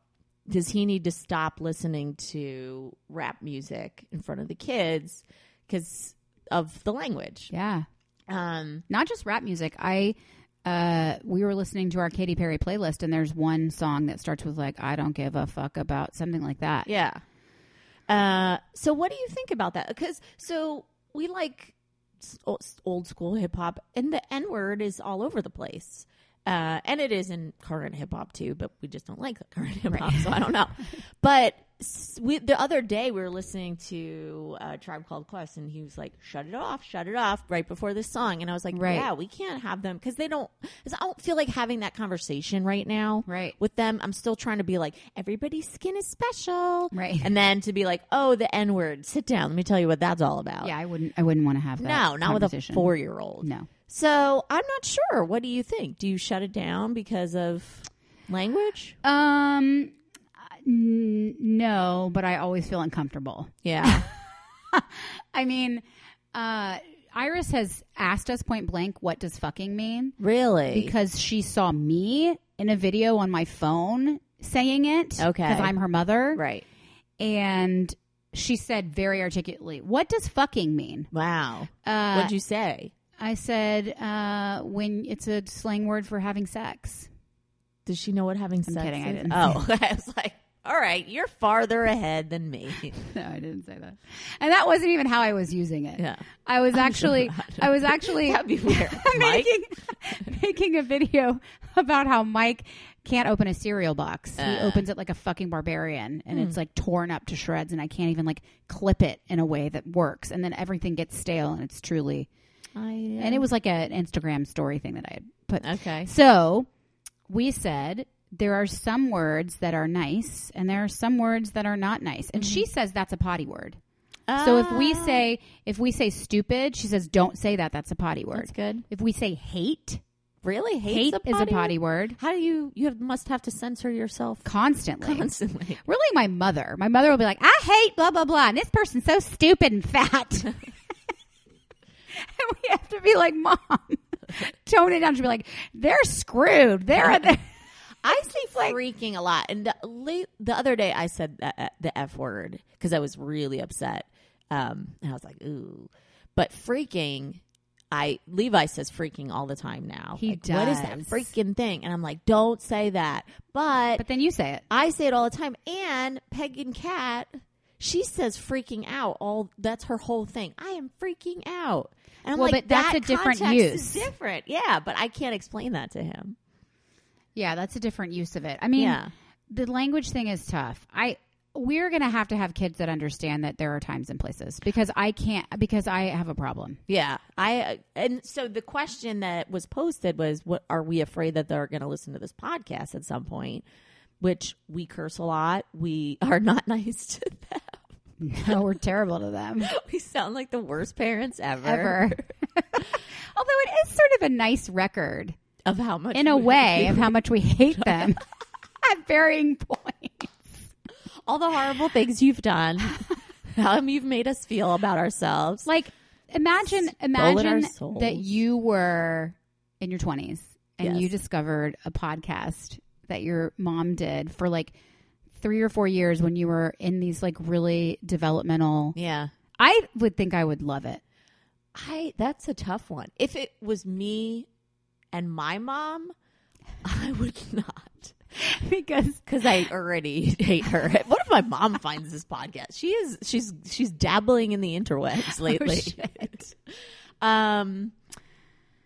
Speaker 3: does he need to stop listening to rap music in front of the kids because of the language.
Speaker 4: Yeah.
Speaker 3: Um.
Speaker 4: Not just rap music. I uh we were listening to our Katy Perry playlist and there's one song that starts with like I don't give a fuck about something like that.
Speaker 3: Yeah. Uh. So what do you think about that? Because so we like s- o- s- old school hip hop, and the N word is all over the place. Uh, and it is in current hip hop too, but we just don't like current hip hop, so I don't know. But s- we, the other day we were listening to uh, Tribe Called Quest, and he was like, "Shut it off, shut it off!" Right before this song, and I was like,
Speaker 4: Right.
Speaker 3: "Yeah, we can't have them because they don't." 'cause I don't feel like having that conversation right now,
Speaker 4: Right.
Speaker 3: With them, I'm still trying to be like, "Everybody's skin is special,"
Speaker 4: Right.
Speaker 3: And then to be like, "Oh, the N word, sit down. Let me tell you what that's all about."
Speaker 4: Yeah, I wouldn't. I wouldn't want to have that.
Speaker 3: No, not with a
Speaker 4: conversation.
Speaker 3: four year old.
Speaker 4: No.
Speaker 3: So I'm not sure. What do you think? Do you shut it down because of language?
Speaker 4: Um, n- no, but I always feel uncomfortable.
Speaker 3: Yeah.
Speaker 4: I mean, uh, Iris has asked us point blank, "What does fucking mean?"
Speaker 3: really?
Speaker 4: Because she saw me in a video on my phone saying it.
Speaker 3: Okay.
Speaker 4: because I'm her mother,
Speaker 3: right.
Speaker 4: and she said very articulately, "What does fucking mean?"
Speaker 3: Wow.
Speaker 4: Uh,
Speaker 3: What'd you say?
Speaker 4: I said, uh, "When it's a slang word for having sex."
Speaker 3: Does she know what having sex
Speaker 4: kidding,
Speaker 3: is?
Speaker 4: I didn't.
Speaker 3: Oh, I was like, all right, you're farther ahead than me.
Speaker 4: No, I didn't say that, and that wasn't even how I was using it.
Speaker 3: Yeah.
Speaker 4: I was actually, I was actually
Speaker 3: That'd be weird. Mike?
Speaker 4: making making a video about how Mike can't open a cereal box. he
Speaker 3: Uh. Hmm.
Speaker 4: opens it like a fucking barbarian, and it's like torn up to shreds, and I can't even like clip it in a way that works, and then everything gets stale, and it's truly. And it was like a- an Instagram story thing that I had put.
Speaker 3: Okay.
Speaker 4: So we said there are some words that are nice, and there are some words that are not nice, and she says that's a potty word. So if we
Speaker 3: Ah,
Speaker 4: say if we say stupid, she says don't say that. That's a potty word.
Speaker 3: that's good.
Speaker 4: If we say hate,
Speaker 3: Really? Hate's
Speaker 4: hate is a potty
Speaker 3: word?
Speaker 4: word
Speaker 3: How do you, you have, must have to censor yourself
Speaker 4: constantly.
Speaker 3: constantly.
Speaker 4: really, my mother. My mother will be like, I hate blah, blah, blah. And this person's so stupid and fat. and we have to be like, Mom, tone it down. She'll be like, they're screwed. They're. they're-"
Speaker 3: I say freaking a lot. And the, late, the other day I said that, uh, the F word because I was really upset. Um, and I was like, ooh. But freaking, I Levi says freaking all the time now.
Speaker 4: He
Speaker 3: Like, What is that
Speaker 4: does.
Speaker 3: freaking thing? And I'm like, don't say that. But,
Speaker 4: But then you say it.
Speaker 3: I say it all the time. And Peg and Kat, she says freaking out. All that's her whole thing. I am freaking out. And I'm
Speaker 4: Well,
Speaker 3: like,
Speaker 4: but that's
Speaker 3: that
Speaker 4: a different
Speaker 3: context is
Speaker 4: use.
Speaker 3: different, yeah. But I can't explain that to him.
Speaker 4: Yeah, that's a different use of it. I mean,
Speaker 3: Yeah.
Speaker 4: the language thing is tough. I. We're going to have to have kids that understand that there are times and places because I can't, because I have a problem.
Speaker 3: Yeah, I uh, and so the question that was posted was, "What are we afraid that they're going to listen to this podcast at some point?" Which we curse a lot. We are not nice to them.
Speaker 4: No, we're terrible to them.
Speaker 3: We sound like the worst parents ever.
Speaker 4: ever. Although it is sort of a nice record
Speaker 3: Of how much
Speaker 4: in a
Speaker 3: we-
Speaker 4: way of how much we hate them at varying points.
Speaker 3: all the horrible things you've done, how you've made us feel about ourselves.
Speaker 4: Like imagine
Speaker 3: our
Speaker 4: imagine
Speaker 3: souls.
Speaker 4: that you were in your 20s and
Speaker 3: Yes.
Speaker 4: you discovered a podcast that your mom did for like 3 or 4 years when you were in these like really developmental
Speaker 3: yeah,
Speaker 4: I would think I would love it.
Speaker 3: I that's a tough one. If it was me and my mom, I would not.
Speaker 4: because
Speaker 3: because I already hate her. What if my mom finds this podcast? She is she's she's dabbling in the interwebs
Speaker 4: Oh,
Speaker 3: lately. um,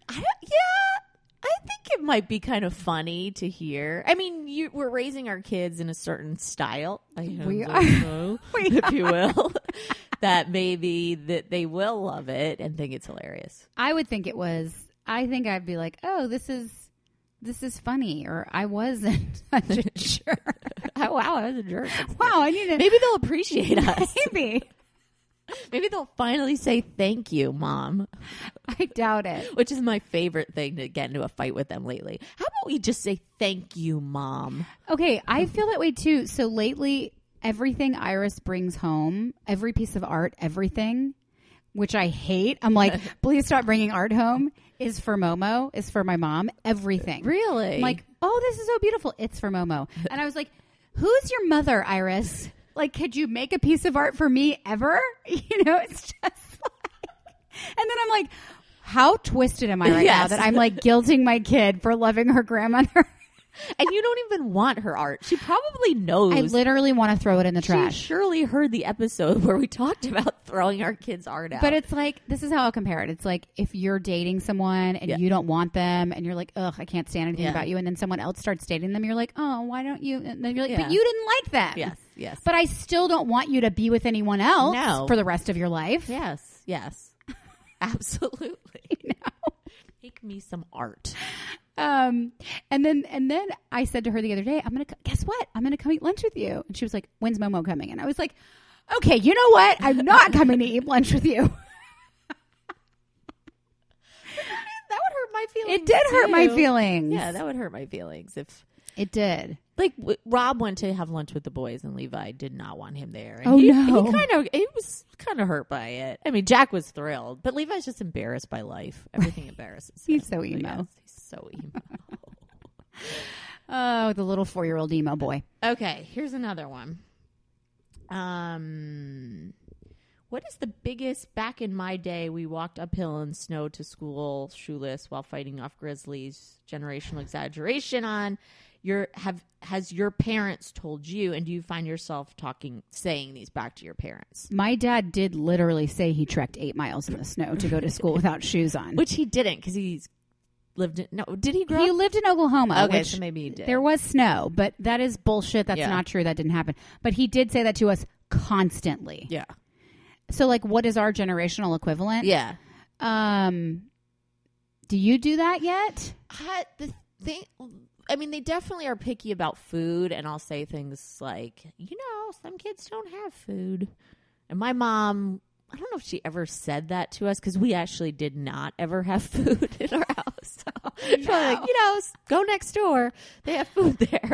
Speaker 3: I don't, yeah, I think it might be kind of funny to hear. I mean, you, we're raising our kids in a certain style. I
Speaker 4: We
Speaker 3: hope
Speaker 4: are.
Speaker 3: so, if you will. that maybe that they will love it and think it's hilarious.
Speaker 4: I would think it was. I think I'd be like, oh, this is this is funny, or I wasn't such a jerk.
Speaker 3: Oh wow, I was a jerk.
Speaker 4: wow, I need to
Speaker 3: Maybe they'll appreciate us.
Speaker 4: maybe.
Speaker 3: Maybe they'll finally say thank you, mom.
Speaker 4: I doubt it.
Speaker 3: which is my favorite thing to get into a fight with them lately. How about we just say thank you, mom?
Speaker 4: Okay, I feel that way too. So lately, everything Iris brings home, every piece of art, everything, which I hate. I'm like, please stop bringing art home. Is for Momo. Is for my mom. Everything.
Speaker 3: Really?
Speaker 4: I'm like, oh, this is so beautiful. It's for Momo. And I was like, who's your mother, Iris? Like, could you make a piece of art for me ever? You know, it's just like. And then I'm like, how twisted am I right
Speaker 3: Yes.
Speaker 4: now that I'm like guilting my kid for loving her grandmother?
Speaker 3: and you don't even want her art. She probably knows.
Speaker 4: I literally want to throw it in the trash.
Speaker 3: She surely heard the episode where we talked about throwing our kids' art out.
Speaker 4: But it's like this is how I'll compare it. It's like if you're dating someone and you don't want them, and you're like, ugh, I can't stand anything
Speaker 3: Yeah.
Speaker 4: about you, and then someone else starts dating them, you're like, oh, why don't you? And then you're like,
Speaker 3: Yeah.
Speaker 4: but you didn't like them.
Speaker 3: Yes, yes.
Speaker 4: But I still don't want you to be with anyone else
Speaker 3: No.
Speaker 4: for the rest of your life.
Speaker 3: yes, yes, absolutely. Make me some art.
Speaker 4: Um, and then and then I said to her the other day, I'm gonna co- guess what? I'm gonna come eat lunch with you. And she was like, when's Momo coming? And I was like, okay, you know what? I'm not coming to eat lunch with you.
Speaker 3: That would hurt my feelings.
Speaker 4: It did hurt my
Speaker 3: too.
Speaker 4: feelings.
Speaker 3: Yeah, that would hurt my feelings if.
Speaker 4: it did.
Speaker 3: Like w- Rob went to have lunch with the boys, and Levi did not want him there. And
Speaker 4: Oh,
Speaker 3: he,
Speaker 4: no.
Speaker 3: He kind of he was kind of hurt by it. I mean, Jack was thrilled, but Levi's just embarrassed by life. Everything embarrasses.
Speaker 4: He's
Speaker 3: him.
Speaker 4: so emo.
Speaker 3: Yes, he's so emo.
Speaker 4: Oh, the little four year old emo boy.
Speaker 3: Okay, here's another one. Um, what is the biggest? Back in my day, we walked uphill in snow to school shoeless while fighting off grizzlies. Generational exaggeration on your have has your parents told you, and do you find yourself talking saying these back to your parents?
Speaker 4: My dad did literally say he trekked eight miles in the snow to go to school without shoes on.
Speaker 3: Which he didn't because he's lived. In, no, did he grow?
Speaker 4: he
Speaker 3: up?
Speaker 4: lived in Oklahoma.
Speaker 3: okay,
Speaker 4: which
Speaker 3: so maybe he did.
Speaker 4: there was snow, but that is bullshit. That's
Speaker 3: Yeah.
Speaker 4: not true. That didn't happen. But he did say that to us constantly.
Speaker 3: yeah,
Speaker 4: So, like, what is our generational equivalent?
Speaker 3: yeah.
Speaker 4: Um, do you do that yet?
Speaker 3: I, the thing, I mean, they definitely are picky about food, and I'll say things like, you know, some kids don't have food. And my mom, I don't know if she ever said that to us because we actually did not ever have food in our house. So she's probably like, you know, s- go next door; they have food there.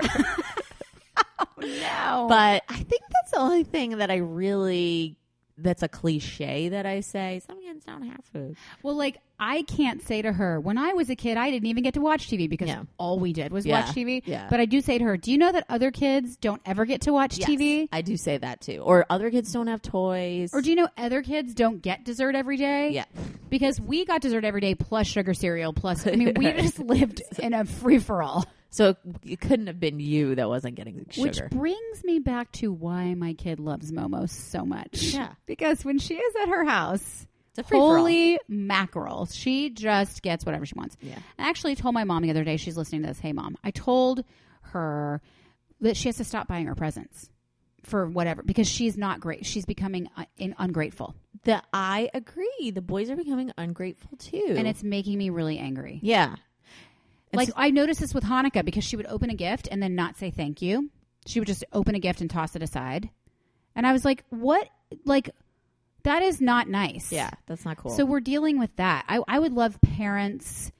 Speaker 4: No.
Speaker 3: but I think that's the only thing that I really. That's a cliche that I say. Some kids don't have food.
Speaker 4: Well, like I can't say to her when I was a kid, I didn't even get to watch TV because
Speaker 3: Yeah.
Speaker 4: all we did was
Speaker 3: Yeah.
Speaker 4: watch TV.
Speaker 3: Yeah.
Speaker 4: But I do say to her, "Do you know that other kids don't ever get to watch TV?"
Speaker 3: I do say that too. Or other kids don't have toys.
Speaker 4: Or do you know other kids don't get dessert every day?
Speaker 3: Yeah.
Speaker 4: Because we got dessert every day plus sugar cereal plus I mean we just lived in a free for all.
Speaker 3: So it, it couldn't have been you that wasn't getting sugar.
Speaker 4: Which brings me back to why my kid loves Momo so much.
Speaker 3: Yeah.
Speaker 4: Because when she is at her house,
Speaker 3: It's a free-for-all.
Speaker 4: holy mackerel, she just gets whatever she wants.
Speaker 3: Yeah.
Speaker 4: I actually told my mom the other day, she's listening to this, hey mom, I told her that she has to stop buying her presents for whatever because she's not great. She's becoming uh, in, ungrateful.
Speaker 3: the I agree. The boys are becoming ungrateful too,
Speaker 4: And it's making me really angry.
Speaker 3: yeah,
Speaker 4: Like I noticed this with Hanukkah because she would open a gift and then not say thank you. She would just open a gift and toss it aside. And I was like, "What? Like that is not nice."
Speaker 3: yeah. That's not cool.
Speaker 4: So we're dealing with that. I I would love parents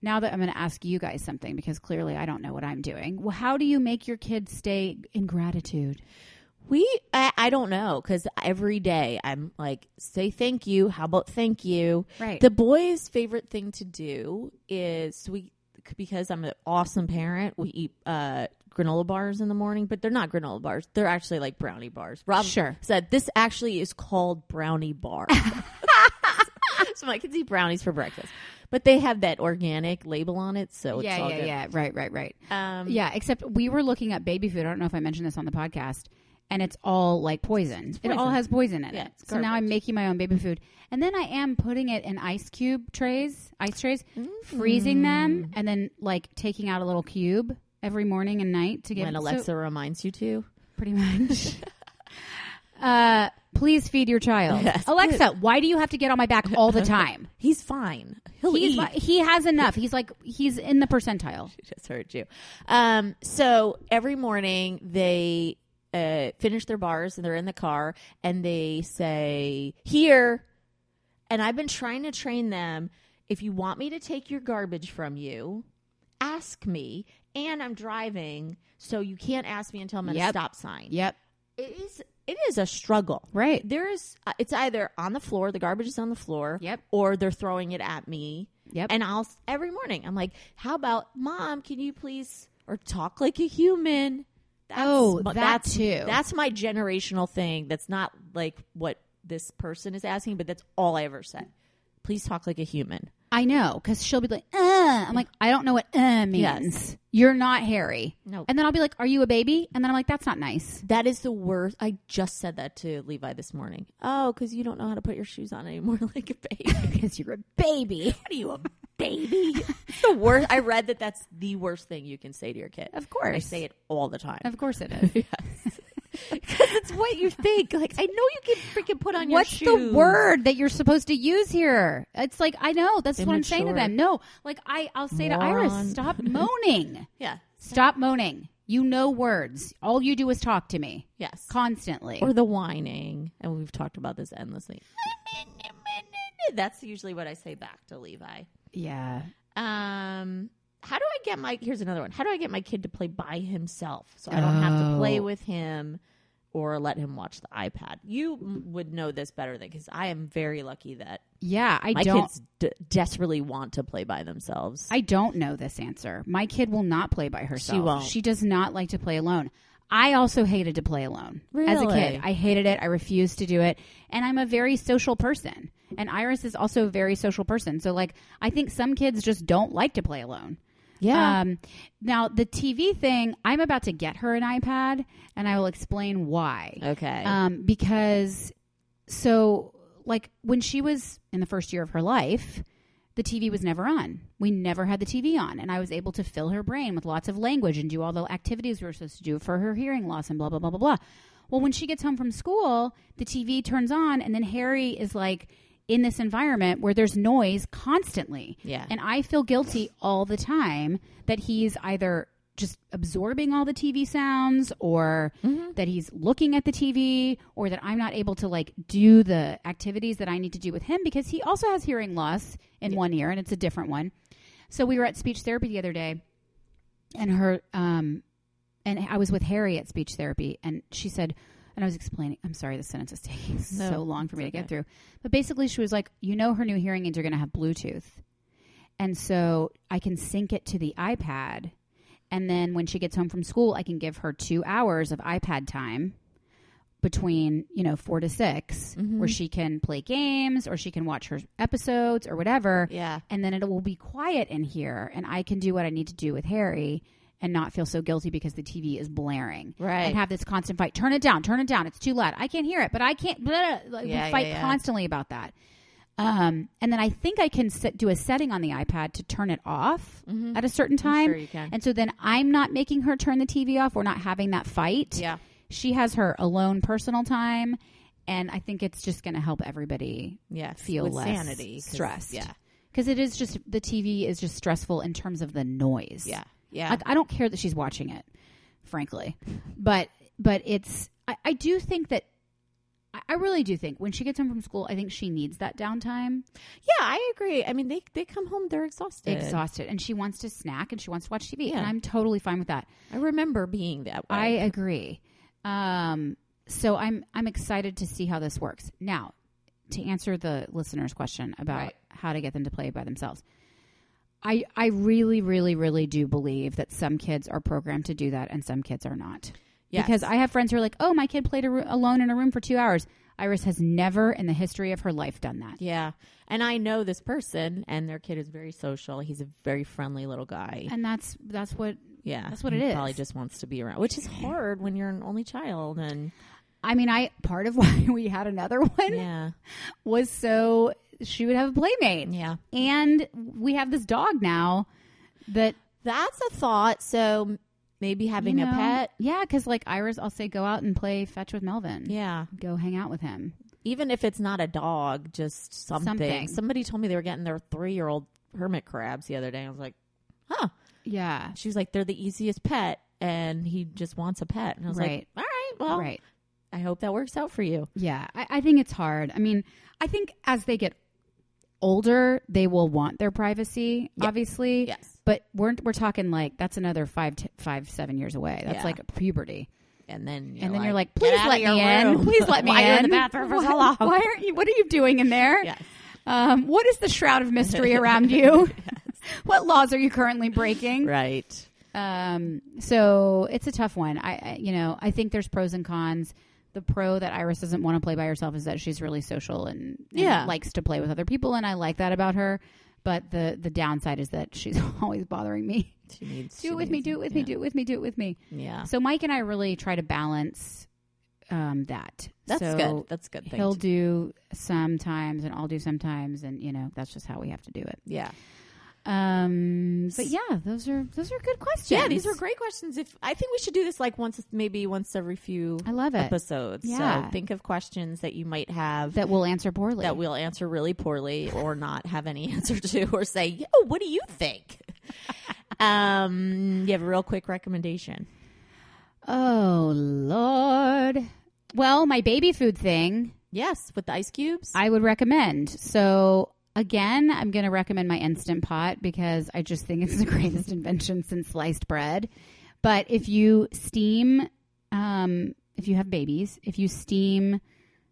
Speaker 4: now that I'm going to ask you guys something because clearly I don't know what I'm doing. Well, how do you make your kids stay in gratitude?
Speaker 3: we, I, I don't know, because every day I'm like, say thank you. How about thank you?
Speaker 4: Right.
Speaker 3: The boys' favorite thing to do is we because I'm an awesome parent. We eat uh, granola bars in the morning, but they're not granola bars. They're actually like brownie bars. Rob
Speaker 4: Sure.
Speaker 3: said this actually is called brownie bar. so my kids eat brownies for breakfast, but they have that organic label on it, so it's all good.
Speaker 4: yeah. Right, right, right.
Speaker 3: Yeah. Um,
Speaker 4: Yeah, except we were looking up baby food. I don't know if I mentioned this on the podcast, and it's all like poison. It all
Speaker 3: poison.
Speaker 4: has poison in
Speaker 3: Yeah,
Speaker 4: it.
Speaker 3: it's
Speaker 4: So now I'm making my own baby food, and then I am putting it in ice cube trays, ice trays, freezing them,
Speaker 3: Mm.
Speaker 4: and then like taking out a little cube every morning and night to get
Speaker 3: when
Speaker 4: so-
Speaker 3: Alexa reminds you to,
Speaker 4: pretty much. uh, please feed your child, Alexa. Why do you have to get on my back all the time?
Speaker 3: he's fine. He'll
Speaker 4: He's
Speaker 3: eat.
Speaker 4: li- he has enough. He's like he's in the percentile.
Speaker 3: just heard you. Um, so every morning they uh, finish their bars and they're in the car and they say, Here. And I've been trying to train them if you want me to take your garbage from you, ask me. And I'm driving, so you can't ask me until I'm at a
Speaker 4: Yep.
Speaker 3: stop sign.
Speaker 4: Yep.
Speaker 3: It is. It is a struggle,
Speaker 4: Right.
Speaker 3: There is. uh, It's either on the floor, the garbage is on the floor,
Speaker 4: Yep.
Speaker 3: or they're throwing it at me,
Speaker 4: Yep.
Speaker 3: And I'll every morning I'm like, "How about mom? Can you please or talk like a human?" That's,
Speaker 4: Oh,
Speaker 3: but
Speaker 4: that
Speaker 3: that's,
Speaker 4: too.
Speaker 3: That's my generational thing. That's not like what this person is asking, but that's all I ever said. Please talk like a human.
Speaker 4: I know because she'll be like, uh. I'm like, I don't know what uh means.
Speaker 3: Yes.
Speaker 4: You're not Harry.
Speaker 3: No.
Speaker 4: And then I'll be like, Are you a baby? And then I'm like, That's not nice.
Speaker 3: That is the worst. I just said that to Levi this morning. Oh, because you don't know how to put your shoes on anymore, like a baby.
Speaker 4: Because you're a baby.
Speaker 3: what are you, a baby? It's the worst. I read that that's the worst thing you can say to your kid.
Speaker 4: Of course.
Speaker 3: I say it all the time.
Speaker 4: Of course it is.
Speaker 3: Because it's what you think. Like I know you can freaking put on
Speaker 4: What's
Speaker 3: your shoes.
Speaker 4: the word that you're supposed to use here? It's like I know that's what I'm saying to
Speaker 3: Immature.
Speaker 4: them. No, like I, I'll say to
Speaker 3: Moron.
Speaker 4: Iris, stop moaning,
Speaker 3: Yeah.
Speaker 4: stop moaning. You know words. All you do is talk to me
Speaker 3: Yes.
Speaker 4: constantly.
Speaker 3: or the whining, and we've talked about this endlessly. That's usually what I say back to Levi.
Speaker 4: yeah,
Speaker 3: Um, how do I get my? Here's another one. How do I get my kid to play by himself so I don't have to play
Speaker 4: Oh.
Speaker 3: with him or let him watch the iPad? You m- would know this better than because I am very lucky that
Speaker 4: yeah. I
Speaker 3: my
Speaker 4: don't.
Speaker 3: kids d- desperately want to play by themselves.
Speaker 4: I don't know this answer. My kid will not play by herself.
Speaker 3: won't.
Speaker 4: does not like to play alone. I also hated to play alone as a
Speaker 3: Really?
Speaker 4: kid. I hated it. I refused to do it. And I'm a very social person. And Iris is also a very social person. So, like, I think some kids just don't like to play alone. Um, now, the TV thing, I'm about to get her an iPad and I will explain why.
Speaker 3: okay.
Speaker 4: Um, because so like when she was in the first year of her life, the TV was never on. We never had the TV on, and I was able to fill her brain with lots of language and do all the activities we were supposed to do for her hearing loss and blah blah blah blah blah. Well, when she gets home from school, the TV turns on, and then Harry is like in this environment where there's noise constantly.
Speaker 3: Yeah.
Speaker 4: And I feel guilty all the time that he's either just absorbing all the TV sounds or that he's looking at the TV or that I'm not able to like do the activities that I need to do with him because he also has hearing loss in one ear and it's a different one. So we were at speech therapy the other day and her um and I was with Harry at speech therapy and she said and I was explaining I'm sorry this sentence is taking so long for me to
Speaker 3: it's okay.
Speaker 4: get through. But basically she was like, you know her new hearing aids are gonna have Bluetooth. And so I can sync it to the iPad and then when she gets home from school I can give her two hours of iPad time between, you know, four to 6
Speaker 3: Mm-hmm.
Speaker 4: where she can play games or she can watch her episodes or whatever
Speaker 3: yeah.
Speaker 4: and then it will be quiet in here and I can do what I need to do with Harry and not feel so guilty because the TV is blaring.
Speaker 3: Right.
Speaker 4: And have this constant fight. Turn it down, turn it down. It's too loud. I can't hear it, but I can't. Blah, blah. Like,
Speaker 3: Yeah,
Speaker 4: we fight
Speaker 3: yeah, yeah.
Speaker 4: constantly about that. Um, and then I think I can set, do a setting on the iPad to turn it off at a certain time.
Speaker 3: Mm-hmm. sure you can.
Speaker 4: And so then I'm not making her turn the TV off. We're not having that fight.
Speaker 3: Yeah.
Speaker 4: She has her alone personal time. And I think it's just going to help everybody
Speaker 3: Yeah.
Speaker 4: feel
Speaker 3: With
Speaker 4: less
Speaker 3: sanity, 'cause-
Speaker 4: stressed.
Speaker 3: Yeah.
Speaker 4: because it is just the TV is just stressful in terms of the noise.
Speaker 3: Yeah. Yeah.
Speaker 4: like I don't care that she's watching it, frankly, but but it's I, I do think that I, I really do think when she gets home from school, I think she needs that downtime,
Speaker 3: yeah. I agree. I mean, they they come home, they're exhausted.
Speaker 4: exhausted, and she wants to snack and she wants to watch TV,
Speaker 3: Yeah.
Speaker 4: and I'm totally fine with that.
Speaker 3: I remember being that way.
Speaker 4: I uh, agree. Um, so I'm I'm excited to see how this works. Now, to answer the listener's question about
Speaker 3: Right.
Speaker 4: how to get them to play by themselves, I I really really really do believe that some kids are programmed to do that and some kids are not.
Speaker 3: Yes.
Speaker 4: Because I have friends who are like, "Oh, my kid played a roo- alone in a room for two hours." Iris has never in the history of her life done that.
Speaker 3: Yeah. And I know this person and their kid is very social. He's a very friendly little guy.
Speaker 4: And that's that's what
Speaker 3: yeah.
Speaker 4: that's what
Speaker 3: he
Speaker 4: it is.
Speaker 3: Probably just wants to be around, which is hard when you're an only child and
Speaker 4: I mean. I part of why we had another one
Speaker 3: yeah.
Speaker 4: was so she would have a playmate.
Speaker 3: Yeah.
Speaker 4: and we have this dog now that
Speaker 3: That's a thought. So maybe having
Speaker 4: you
Speaker 3: a
Speaker 4: know-
Speaker 3: pet.
Speaker 4: yeah because like iris i'll say go out and play fetch with melvin
Speaker 3: Yeah.
Speaker 4: go hang out with him
Speaker 3: Even if it's not a dog, just something.
Speaker 4: Something.
Speaker 3: Somebody told me they were getting their 3-year-old hermit crabs the other day. I was like, "Huh."
Speaker 4: yeah
Speaker 3: She was like, "They're the easiest pet." And he just wants a pet. And I was
Speaker 4: Right.
Speaker 3: like, all right, well,
Speaker 4: right
Speaker 3: I hope that works out for you.
Speaker 4: yeah I, I think it's hard i mean i think as they get older they will want their privacy obviously
Speaker 3: Yes.
Speaker 4: but we're, we're talking like that's another five t- five seven years away that's
Speaker 3: Yeah.
Speaker 4: like puberty
Speaker 3: And then
Speaker 4: and then you're like
Speaker 3: "Get
Speaker 4: please
Speaker 3: out of
Speaker 4: let
Speaker 3: your
Speaker 4: me in
Speaker 3: room."
Speaker 4: please let me
Speaker 3: Why
Speaker 4: in
Speaker 3: you in the bathroom for so
Speaker 4: why,
Speaker 3: long?
Speaker 4: why aren't you what are you doing in there
Speaker 3: Yes.
Speaker 4: Um, what is the shroud of mystery around you? What laws are you currently breaking?
Speaker 3: Right.
Speaker 4: Um, so it's a tough one. I, I, you know, I think there's pros and cons. The pro that Iris doesn't want to play by herself is that she's really social and, and
Speaker 3: Yeah.
Speaker 4: likes to play with other people, and I like that about her. But the the downside is that she's always bothering me.
Speaker 3: She needs.
Speaker 4: Do
Speaker 3: she
Speaker 4: it with me.
Speaker 3: needs-
Speaker 4: Do it with
Speaker 3: yeah.
Speaker 4: me. Do it with me. Do it with me.
Speaker 3: Yeah.
Speaker 4: So Mike and I really try to balance um, that.
Speaker 3: That's
Speaker 4: So
Speaker 3: good. That's a good thing.
Speaker 4: He'll
Speaker 3: to-
Speaker 4: do sometimes, and I'll do sometimes, and you know that's just how we have to do it.
Speaker 3: yeah.
Speaker 4: Um, but yeah, those are those are good questions.
Speaker 3: Yeah, these are great questions. If I think we should do this like once maybe once every few
Speaker 4: I love it.
Speaker 3: episodes.
Speaker 4: Yeah.
Speaker 3: So think of questions that you might have
Speaker 4: That will answer poorly.
Speaker 3: that we'll answer really poorly or not have any answer to or say, yo, what do you think? um, you have a real quick recommendation.
Speaker 4: Oh Lord. Well, my baby food thing
Speaker 3: Yes, with the ice cubes.
Speaker 4: I would recommend. So again, I'm going to recommend my instant pot because I just think it's the greatest invention since sliced bread. But if you steam, um, if you have babies, if you steam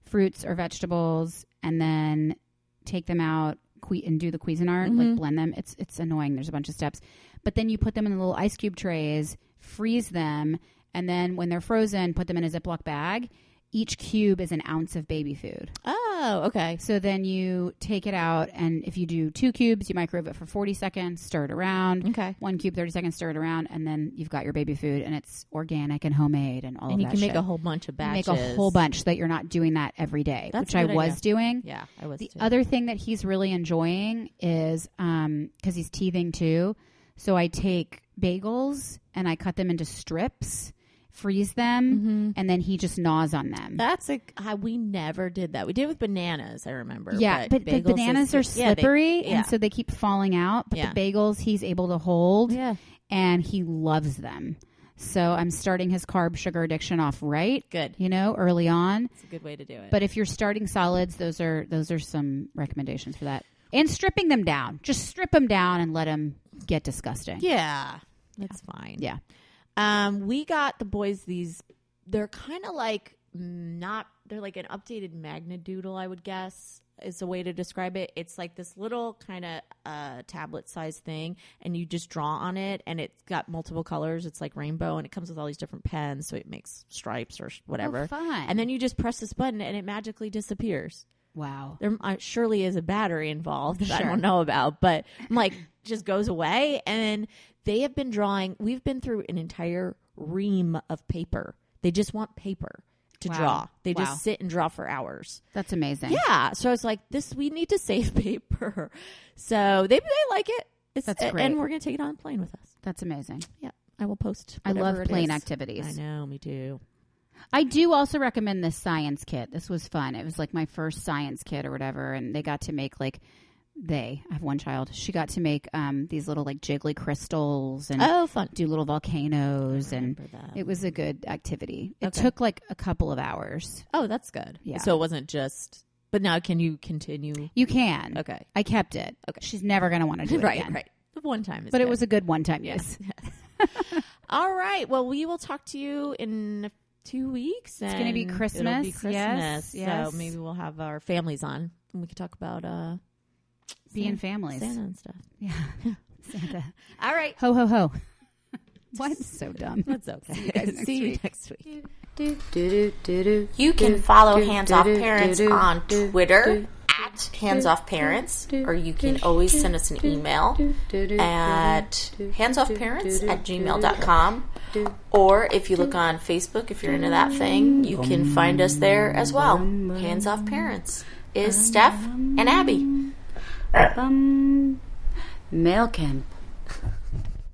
Speaker 4: fruits or vegetables and then take them out que- and do the Cuisinart, like blend them, it's it's annoying. There's a bunch of steps, but then you put them in the little ice cube trays, freeze them, and then when they're frozen, put them in a Ziploc bag. Each cube is an ounce of baby food.
Speaker 3: oh, okay.
Speaker 4: So then you take it out, and if you do two cubes, you microwave it for 40 seconds, stir it around.
Speaker 3: Okay.
Speaker 4: One cube, 30 seconds, stir it around, and then you've got your baby food, and it's organic and homemade and all
Speaker 3: And
Speaker 4: of
Speaker 3: you
Speaker 4: that
Speaker 3: can make
Speaker 4: shit.
Speaker 3: a whole bunch of
Speaker 4: You
Speaker 3: batches.
Speaker 4: Make a whole bunch so that you're not doing that every day, which
Speaker 3: That's a
Speaker 4: I
Speaker 3: good
Speaker 4: was
Speaker 3: idea.
Speaker 4: doing.
Speaker 3: Yeah, I was.
Speaker 4: The
Speaker 3: too.
Speaker 4: other thing that he's really enjoying is because he's teething too. So I take bagels and I cut them into strips, freeze them,
Speaker 3: Mm-hmm.
Speaker 4: and then he just gnaws on them.
Speaker 3: That's a I, we never did that. We did it with bananas. I remember.
Speaker 4: Yeah, but, the
Speaker 3: bagels
Speaker 4: bananas
Speaker 3: is-
Speaker 4: are
Speaker 3: yeah, they-
Speaker 4: slippery,
Speaker 3: yeah.
Speaker 4: and so they keep falling out. But
Speaker 3: Yeah.
Speaker 4: the bagels he's able to hold,
Speaker 3: Yeah.
Speaker 4: and he loves them. So I'm starting his carb sugar addiction off right,
Speaker 3: good.
Speaker 4: you know, early on.
Speaker 3: It's a good way to do it.
Speaker 4: But if you're starting solids, those are those are some recommendations for that. And stripping them down, just strip them down and let them get disgusting.
Speaker 3: yeah, that's fine.
Speaker 4: Yeah.
Speaker 3: Um, we got the boys these. They're kind of like not. They're like an updated Magna Doodle, I would guess is a way to describe it. It's like this little kind of uh, tablet-sized thing, and you just draw on it, and it's got multiple colors. It's like rainbow, and it comes with all these different pens, so it makes stripes or sh- whatever.
Speaker 4: Oh, fun.
Speaker 3: And then you just press this button, and it magically disappears.
Speaker 4: Wow.
Speaker 3: there uh, surely is a battery involved that I
Speaker 4: Sure.
Speaker 3: don't know about, but I'm like just goes away. And they have been drawing. We've been through an entire ream of paper. They just want paper to
Speaker 4: Wow.
Speaker 3: draw. They
Speaker 4: Wow.
Speaker 3: just sit and draw for hours.
Speaker 4: That's amazing.
Speaker 3: Yeah. So I was like, this. We need to save paper. So they they like it. It's,
Speaker 4: That's
Speaker 3: a-
Speaker 4: great.
Speaker 3: And we're gonna take it on the plane with us.
Speaker 4: That's amazing.
Speaker 3: Yeah, I will post.
Speaker 4: I love
Speaker 3: whatever it
Speaker 4: plane
Speaker 3: is.
Speaker 4: activities.
Speaker 3: I know. Me too.
Speaker 4: I do also recommend this science kit. This was fun. It was like my first science kit or whatever, and they got to make like they. I have one child. She got to make um, these little like jiggly crystals and
Speaker 3: Oh, fun.
Speaker 4: do little volcanoes, and
Speaker 3: Remember that.
Speaker 4: it was a good activity. It
Speaker 3: Okay.
Speaker 4: took like a couple of hours.
Speaker 3: Oh, that's good.
Speaker 4: Yeah. Mm.
Speaker 3: So it wasn't just. But now, can you continue?
Speaker 4: You can.
Speaker 3: Okay.
Speaker 4: I kept it.
Speaker 3: Okay.
Speaker 4: She's never going to want to do it
Speaker 3: right,
Speaker 4: again.
Speaker 3: right. The one time, is
Speaker 4: But it
Speaker 3: good.
Speaker 4: was a good one time use.
Speaker 3: all right. Well, we will talk to you in two weeks.
Speaker 4: It's gonna be
Speaker 3: and
Speaker 4: Christmas,
Speaker 3: It'll be
Speaker 4: yes,
Speaker 3: Christmas.
Speaker 4: yes.
Speaker 3: So maybe we'll have our families on, and we can talk about uh,
Speaker 4: Being
Speaker 3: Santa-
Speaker 4: families.
Speaker 3: Santa and stuff.
Speaker 4: Yeah. Santa.
Speaker 3: All right.
Speaker 4: Ho ho ho. What? So dumb.
Speaker 3: That's okay. See you,
Speaker 4: guys
Speaker 3: next week.
Speaker 5: You can follow Hands Off Parents on Twitter at Hands Off Parents, or you can always send us an email at handsoffparents at gmail.com. Or if you look on Facebook, if you're into that thing, you can find us there as well. Hands Off Parents is Steph and Abby.
Speaker 6: Bum. Mail camp.